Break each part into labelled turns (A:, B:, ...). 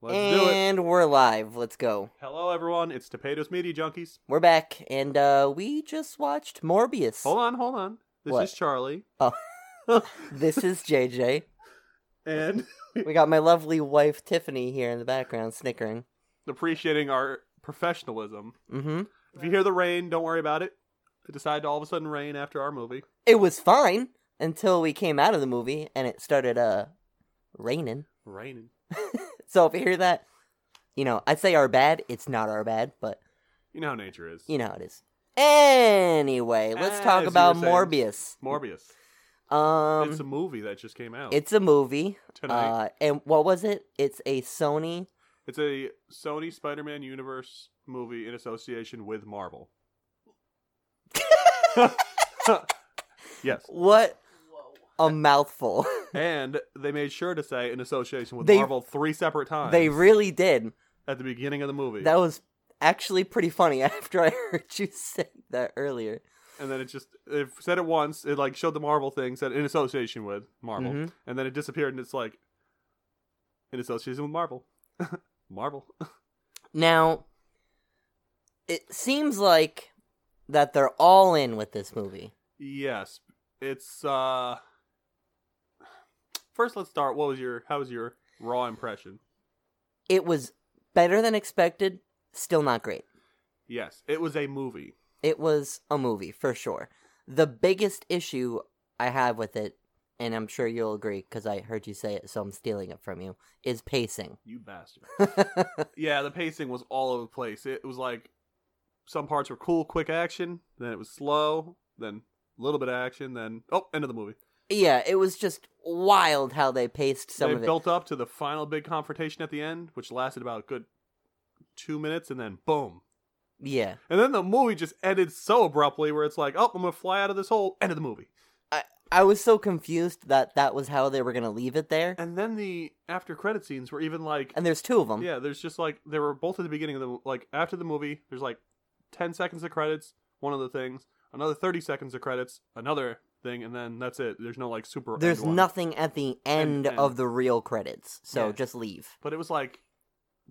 A: Let's do it.
B: and we're live. Let's go.
A: Hello, everyone. It's Topato's Media Junkies.
B: We're back, and uh, we just watched Morbius.
A: Hold on, hold on. This
B: What?
A: is Charlie.
B: This is JJ.
A: And
B: we got my lovely wife Tiffany here in the background snickering.
A: appreciating our professionalism.
B: Mm-hmm.
A: If you hear the rain, don't worry about it. It decided to all of a sudden rain after our movie.
B: It was fine until we came out of the movie and it started uh raining.
A: Raining.
B: So if you hear that, you know I'd say our bad. It's not our bad, but
A: You know how nature is.
B: you know how it is. Anyway, let's
A: As
B: talk
A: you
B: about
A: were saying.
B: Morbius.
A: Morbius.
B: Um,
A: it's a movie that just came out
B: it's a movie.
A: tonight.
B: Uh, and what was it? It's a Sony
A: it's a Sony Spider Man Universe movie in association with Marvel. yes.
B: What a mouthful.
A: And they made sure to say in association with
B: They-
A: Marvel three separate times
B: they really did.
A: at the beginning of the movie.
B: That was actually pretty funny after I heard you say that earlier.
A: and then it just they said it once, it like showed the Marvel thing, said in association with Marvel.
B: Mhm.
A: And then it disappeared and it's like in association with Marvel. Marvel.
B: Now, it seems like that they're all in with this movie.
A: yes. It's uh First let's start. What was your how was your raw impression?
B: It was better than expected, still not great.
A: Yes, it was a movie.
B: It was a movie, for sure. The biggest issue I have with it, and I'm sure you'll agree because I heard you say it, so I'm stealing it from you, is pacing.
A: You bastard. yeah, the pacing was all over the place. It was like some parts were cool, quick action, then it was slow, then a little bit of action, then oh, end of the movie.
B: Yeah, it was just wild how they paced some
A: they
B: of it.
A: built up to the final big confrontation at the end, which lasted about a good two minutes, and then boom.
B: yeah,
A: And then the movie just ended so abruptly where it's like, oh, I'm gonna fly out of this hole, end of the movie.
B: I I was so confused that that was how they were gonna leave it there.
A: And then the after credit scenes were even like
B: And there's two of them.
A: Yeah, there's just like they were both at the beginning of the like after the movie. There's like ten seconds of credits, one of the things, another thirty seconds of credits, another thing, and then that's it. There's no like super. end
B: there's
A: one.
B: nothing at the
A: And-
B: end
A: and-
B: of the real credits, so
A: Yeah.
B: just leave.
A: But it was like,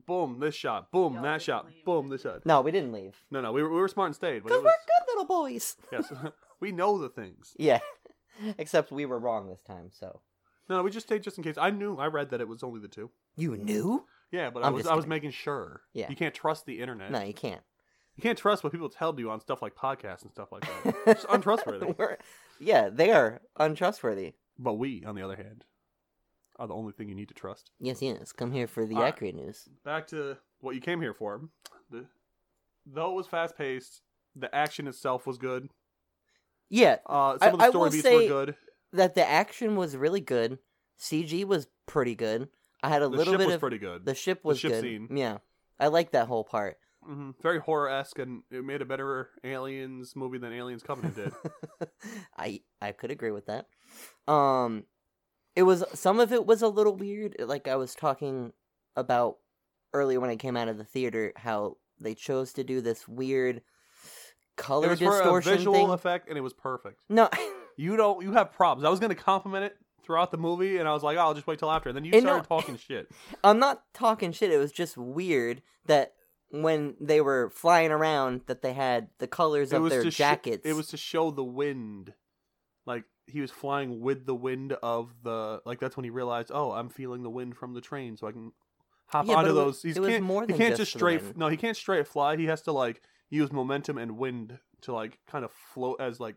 A: boom, this shot, boom,
C: Y'all
A: that
C: just
A: shot,
C: leave.
A: boom, this shot.
B: No, we didn't leave
A: No, no, we were, we were smart and stayed. But
B: because
A: it
B: we're
A: was,
B: good little boys.
A: yes, we know the things.
B: Yeah, except we were wrong this time. So
A: No, we just stayed just in case. I knew, I read that it was only the two.
B: you knew?
A: Yeah, but
B: I'm
A: I was
B: just
A: I was
B: kidding.
A: making sure.
B: Yeah.
A: you can't trust the internet.
B: No, you can't.
A: You can't trust what people tell you on stuff like podcasts and stuff like that. it's untrustworthy.
B: We're- yeah, they are untrustworthy.
A: But we, on the other hand, are the only thing you need to trust.
B: Yes, yes. Come here for the
A: Alright.
B: accurate news.
A: Back to what you came here for. The, though it was fast paced, the action itself was good.
B: Yeah,
A: Uh, some
B: I-
A: of
B: I
A: the story
B: will
A: beats
B: say
A: were good.
B: that the action was really good. CG was pretty good. I had a
A: The
B: little
A: ship
B: bit
A: was
B: of
A: pretty good.
B: the ship was
A: ship
B: good.
A: scene.
B: Yeah, I like that whole part.
A: hmm Very horror esque, and it made a better Aliens movie than Aliens Covenant did.
B: I I could agree with that. Um, it was some of it was a little weird. Like I was talking about earlier when I came out of the theater, how they chose to do this weird
A: it
B: color
A: was for a
B: distortion
A: visual
B: thing.
A: effect, and it was perfect.
B: no,
A: You don't. You have problems. I was gonna compliment it throughout the movie, and I was like, oh, I'll just wait till after. And then you
B: And no-
A: started talking shit.
B: I'm not talking shit. It was just weird that when they were flying around, that they had the colors
A: it
B: of
A: was
B: their
A: to sh-
B: jackets.
A: it was to show the wind, like he was flying with the wind of the like. That's when he realized, oh, I'm feeling the wind from the train, so I can hop
B: Yeah, but
A: onto
B: it wa-
A: those. He's
B: it was
A: can't,
B: more
A: he
B: than
A: can't
B: just
A: just
B: the
A: straight.
B: wind.
A: No, he can't straight fly. He has to like use momentum and wind to like kind of float as like.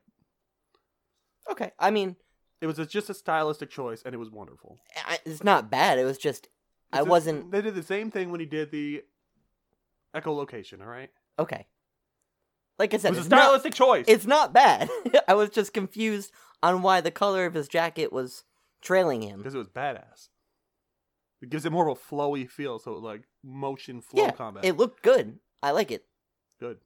B: okay. I mean,
A: It was a, just a stylistic choice, and it was wonderful.
B: I, it's not bad. It was just I
A: It's a-
B: wasn't
A: They did the same thing when he did the echolocation. All right,
B: okay. Like I
A: it
B: said,
A: was a
B: it's not-
A: stylistic choice.
B: it's not bad. I was just confused on why the color of his jacket was trailing him.
A: because it was badass. It gives it more of a flowy feel, so like motion flow
B: yeah,
A: combat.
B: it looked good. I like it.
A: good.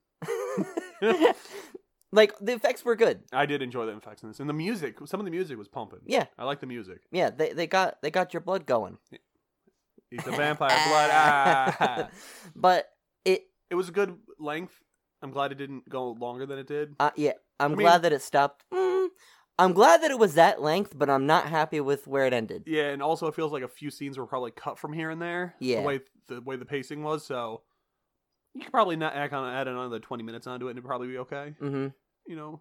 B: like the effects were good.
A: I did enjoy the effects in this, and the music. Some of the music was pumping.
B: Yeah,
A: I like the music.
B: yeah. They they got they got your blood going.
A: He's a vampire blood. Ah.
B: but it
A: It was a good length. I'm glad it didn't go longer than it did.
B: uh, yeah. I'm
A: I mean-
B: glad that it stopped. Mm, I'm glad that it was that length, but I'm not happy with where it ended.
A: Yeah, and also it feels like a few scenes were probably cut from here and there.
B: Yeah.
A: the way the way the pacing was, so you could probably not add on add another twenty minutes onto it, and it'd probably be okay.
B: hmm
A: You know,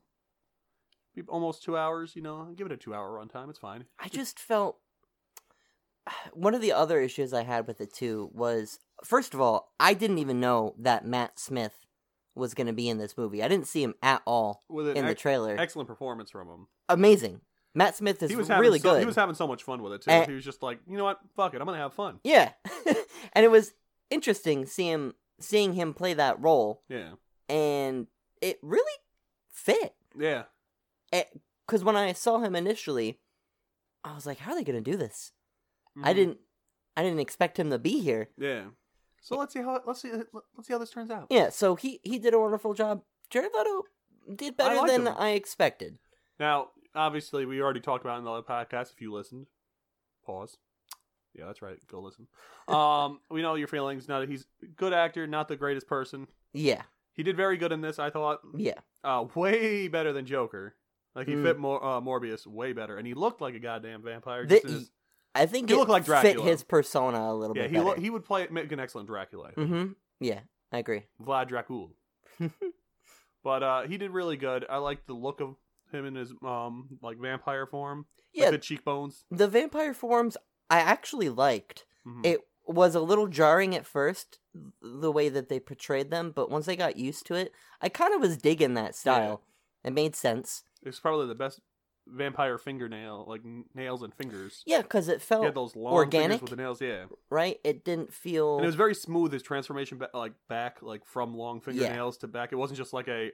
A: be almost two hours. You know, give it a two hour runtime. It's fine.
B: I just felt one of the other issues I had with it too was first of all, I didn't even know that Matt Smith was going to be in this movie. I didn't see him at all
A: With an
B: in the
A: ex-
B: trailer.
A: excellent performance from him.
B: Amazing. Matt Smith is
A: he was having
B: really
A: so,
B: good. Eh.
A: He was having so much fun with it too.
B: And-
A: he was just like, you know what, fuck it, I'm gonna have fun.
B: yeah. and it was interesting seeing him, seeing him play that role
A: Yeah,
B: and it really fit
A: yeah,
B: cuz when I saw him initially I was like how are they going to do this? I
A: Mhm.
B: didn't I didn't expect him to be here.
A: Yeah. So let's see how let's see let's see how this turns out.
B: Yeah, so he he did a wonderful job. Jared Leto
A: I
B: did better
A: liked
B: than
A: him.
B: I expected.
A: Now, obviously, we already talked about it in the other podcast. If you listened, pause. Yeah, that's right. Go listen. Um, we know your feelings. Now that he's a good actor, not the greatest person.
B: Yeah,
A: He did very good in this. I thought
B: yeah,
A: uh, way better than Joker. Like he
B: Mm.
A: fit Mor- uh, Morbius way better, and he looked like a goddamn vampire.
B: The-
A: Just in his-
B: I think
A: He
B: it
A: looked like
B: fit
A: Dracula.
B: his persona a little
A: yeah,
B: bit
A: he lo-
B: better.
A: he would play make an excellent Dracula.
B: mm-hmm. Yeah, I agree.
A: Vlad Dracul. but uh, he did really good. I like the look of him in his um like vampire form.
B: Yeah,
A: like the cheekbones.
B: the vampire forms I actually liked.
A: Mhm.
B: It was a little jarring at first, the way that they portrayed them, but once I got used to it, I kind of was digging that style. It made sense.
A: It's probably the best vampire fingernail, like n- nails and fingers.
B: Yeah, because it
A: He had
B: felt
A: those long
B: organic?
A: fingers with the nails, yeah.
B: right. It didn't feel.
A: And it was very smooth. His transformation, ba- like back, like from long fingernails to back. It wasn't just like a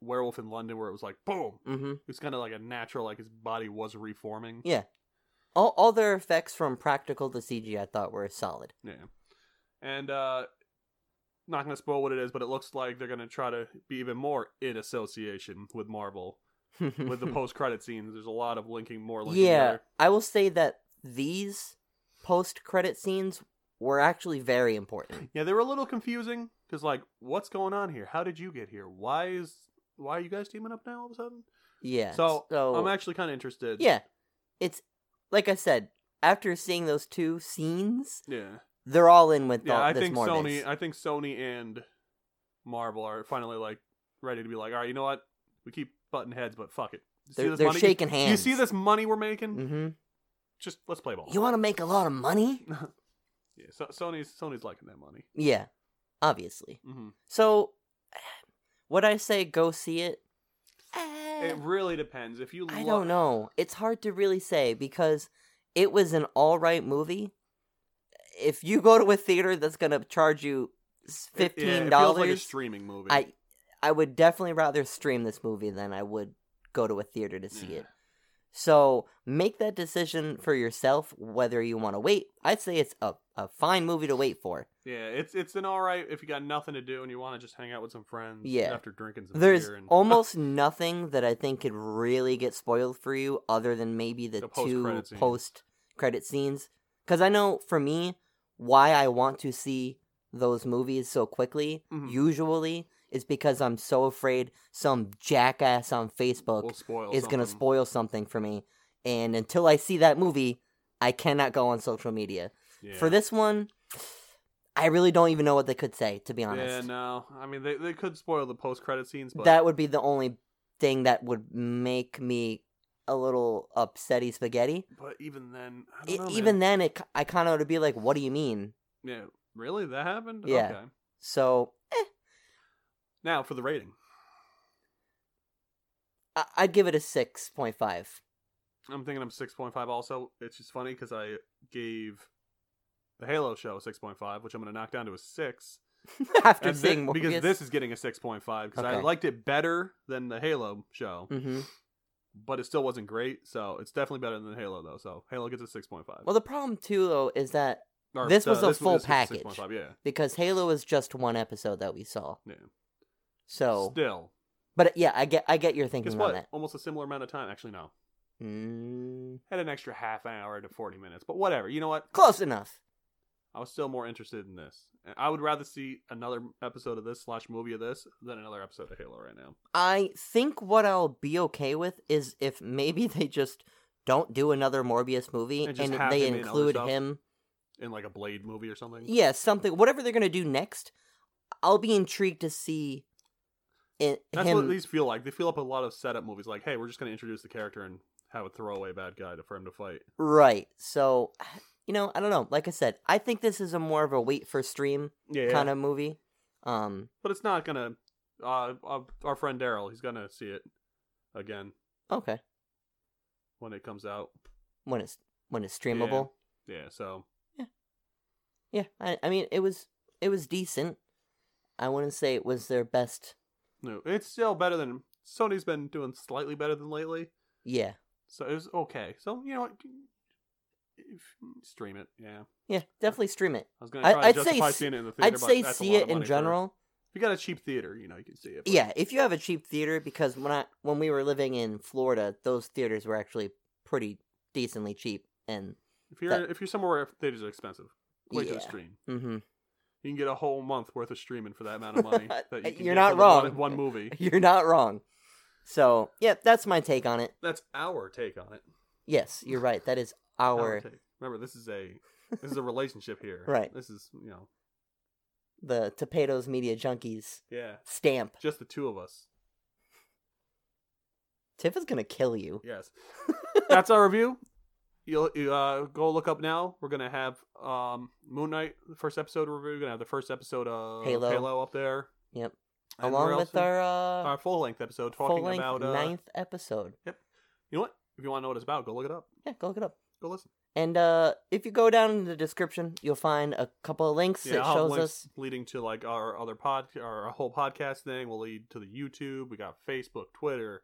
A: werewolf in London where it was like boom.
B: mm-hmm.
A: It was kind of like a natural, like his body was reforming.
B: Yeah. All all their effects from practical to CG I thought were solid.
A: Yeah. And uh not gonna spoil what it is, but it looks like they're gonna try to be even more in association with Marvel. With the post credit scenes, there's a lot of linking more linking
B: yeah,
A: together.
B: I will say that these post credit scenes were actually very important.
A: Yeah, they were a little confusing because like, what's going on here? How did you get here? Why is why are you guys teaming up now all of a sudden?
B: Yeah.
A: So,
B: so
A: I'm actually kind of interested.
B: Oh. yeah, it's like I said. After seeing those two scenes,
A: yeah,
B: they're all in with
A: yeah.
B: all
A: I
B: this
A: think
B: Morbius.
A: Sony, uh, I think Sony and Marvel are finally like ready to be like, all right, you know what? We keep butting heads, but fuck it. You see
B: they're
A: this
B: they're
A: money?
B: shaking
A: You-
B: hands.
A: You see this money we're making?
B: hmm
A: Just let's play ball.
B: You want to make a lot of money?
A: yeah, so, Sony's Sony's liking that money.
B: Yeah, obviously.
A: hmm
B: So, would I say go see it? Eh.
A: It really depends. If you,
B: I
A: lo-
B: don't know. It's hard to really say because it was an all right movie. If you go to a theater that's going to charge you s-
A: It- yeah,
B: fifteen
A: It feels like a
B: dollars,
A: streaming movie.
B: I I would definitely rather stream this movie than I would go to a theater to see
A: Yeah.
B: it. So make that decision for yourself whether you want to wait. I'd say it's a, a fine movie to wait for.
A: Yeah, it's it's an all right if you got nothing to do and you want to just hang out with some friends.
B: Yeah.
A: after drinking some
B: There's
A: beer and
B: almost nothing that I think could really get spoiled for you other than maybe the,
A: The
B: two
A: post-credit scene.
B: post credit scenes. Because I know for me, why I want to see those movies so quickly
A: Mhm.
B: usually is because I'm so afraid some jackass on Facebook
A: will spoil.
B: is going to
A: something.
B: spoil something for me. And until I see that movie, I cannot go on social media.
A: Yeah.
B: For this one, I really don't even know what they could say, to be honest
A: Yeah, no, I mean they they could spoil the post credit scenes, but
B: that would be the only thing that would make me a little upsetty spaghetti.
A: but even then, I
B: E-
A: don't know,
B: even
A: man.
B: then, it ki- I kind of would be like, "What do you mean?"
A: yeah, really that happened.
B: Yeah.
A: Okay.
B: So
A: Now for the rating,
B: I- I'd give it a six point five.
A: I'm thinking I'm six point five. Also, it's just funny because I gave the Halo show a six point five, which I'm going to knock down to a six.
B: After
A: And thi-
B: seeing Morbius,
A: because this is getting a six point five because I
B: Okay.
A: liked it better than the Halo show.
B: hmm
A: but it still wasn't great. So it's definitely better than Halo though. So Halo gets a six point five. uh,
B: well, the problem too though is that this was a full package.
A: Six point five, yeah.
B: because Halo is just one episode that we saw,
A: Yeah.
B: so
A: Still,
B: but yeah, I get I get your
A: guess
B: thinking on
A: what?
B: that.
A: Almost a similar amount of time. Actually, no.
B: Mm,
A: Had an extra half an hour to forty minutes, but whatever. You know what?
B: close enough.
A: I was still more interested in this. I would rather see another episode of this slash movie of this than another episode of Halo right now.
B: I think what I'll be okay with is if maybe they just don't do another Morbius movie
A: And
B: and,
A: just have him
B: they
A: in other
B: include
A: stuff?
B: him.
A: In like a Blade movie or something.
B: Yeah, something. Whatever they're gonna do next, I'll be intrigued to see. i-
A: That's
B: him.
A: what these feel like. They feel up a lot of setup movies. Like, hey, we're just going to introduce the character and have a throwaway bad guy to for him to fight.
B: Right. So, you know, I don't know. Like I said, I think this is a more of a wait for stream
A: Yeah,
B: kind of movie. Um.
A: but it's not going to. Uh, our- our friend Daryl, he's going to see it again
B: Okay.
A: when it comes out.
B: When it's when it's streamable.
A: Yeah, so
B: Yeah. I, I mean, it was it was decent. I wouldn't say it was their best.
A: no, it's still better than Sony's been doing slightly better than lately.
B: Yeah.
A: So it was okay. So you know what? If- Stream it. Yeah, I
B: Yeah. Definitely stream it.
A: was gonna
B: I-
A: try
B: I'd
A: to
B: say
A: justify
B: s-
A: seeing it in the theater.
B: I'd
A: but
B: say
A: that's a
B: see
A: lot of
B: it in
A: money for-
B: general.
A: if you got a cheap theater, you know you can see it. but-
B: Yeah, if you have a cheap theater, because when I when we were living in Florida, those theaters were actually pretty decently cheap, and
A: If you're
B: that-
A: if you're somewhere where theaters are expensive, wait to
B: Yeah.
A: a stream.
B: hmm
A: You can get a whole month worth of streaming for that amount of money. That you can
B: You're
A: get
B: not
A: for the one-
B: wrong.
A: One, movie.
B: you're not wrong. So, yeah, that's my take on it.
A: That's our take on it.
B: Yes, you're right. That is
A: Our
B: our
A: take. Remember, this is a this is a relationship here.
B: Right.
A: This is you know
B: the Topato's Media Junkies
A: yeah,
B: stamp.
A: just the two of us.
B: Tiff is gonna kill you.
A: Yes. That's our review. You'll you, uh, go look up now. We're gonna have um, Moon Knight the first episode review. We're gonna have the first episode of
B: Halo.
A: up there.
B: Yep.
A: And we're
B: Along with
A: also-
B: our uh,
A: our full length episode talking
B: full length
A: about uh,
B: ninth episode.
A: you know what? If you want to know what it's about, go look it up.
B: Yeah, go look it up.
A: Go listen.
B: And uh, if you go down in the description, you'll find a couple of links.
A: Yeah,
B: that
A: I'll have
B: shows
A: links
B: us.
A: leading to like our other pod, our whole podcast thing. will lead to the YouTube. We got Facebook, Twitter,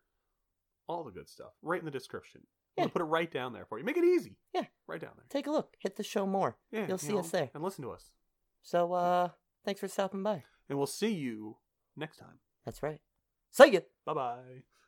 A: all the good stuff right in the description. I'm gonna
B: Yeah.
A: put it right down there for you. Make it easy.
B: Yeah.
A: right down there.
B: Take a look. Hit the show more.
A: Yeah,
B: You'll
A: you
B: see
A: know,
B: us there.
A: and listen to us.
B: So uh thanks for stopping by.
A: And we'll see you next time.
B: That's right. See ya.
A: Bye bye.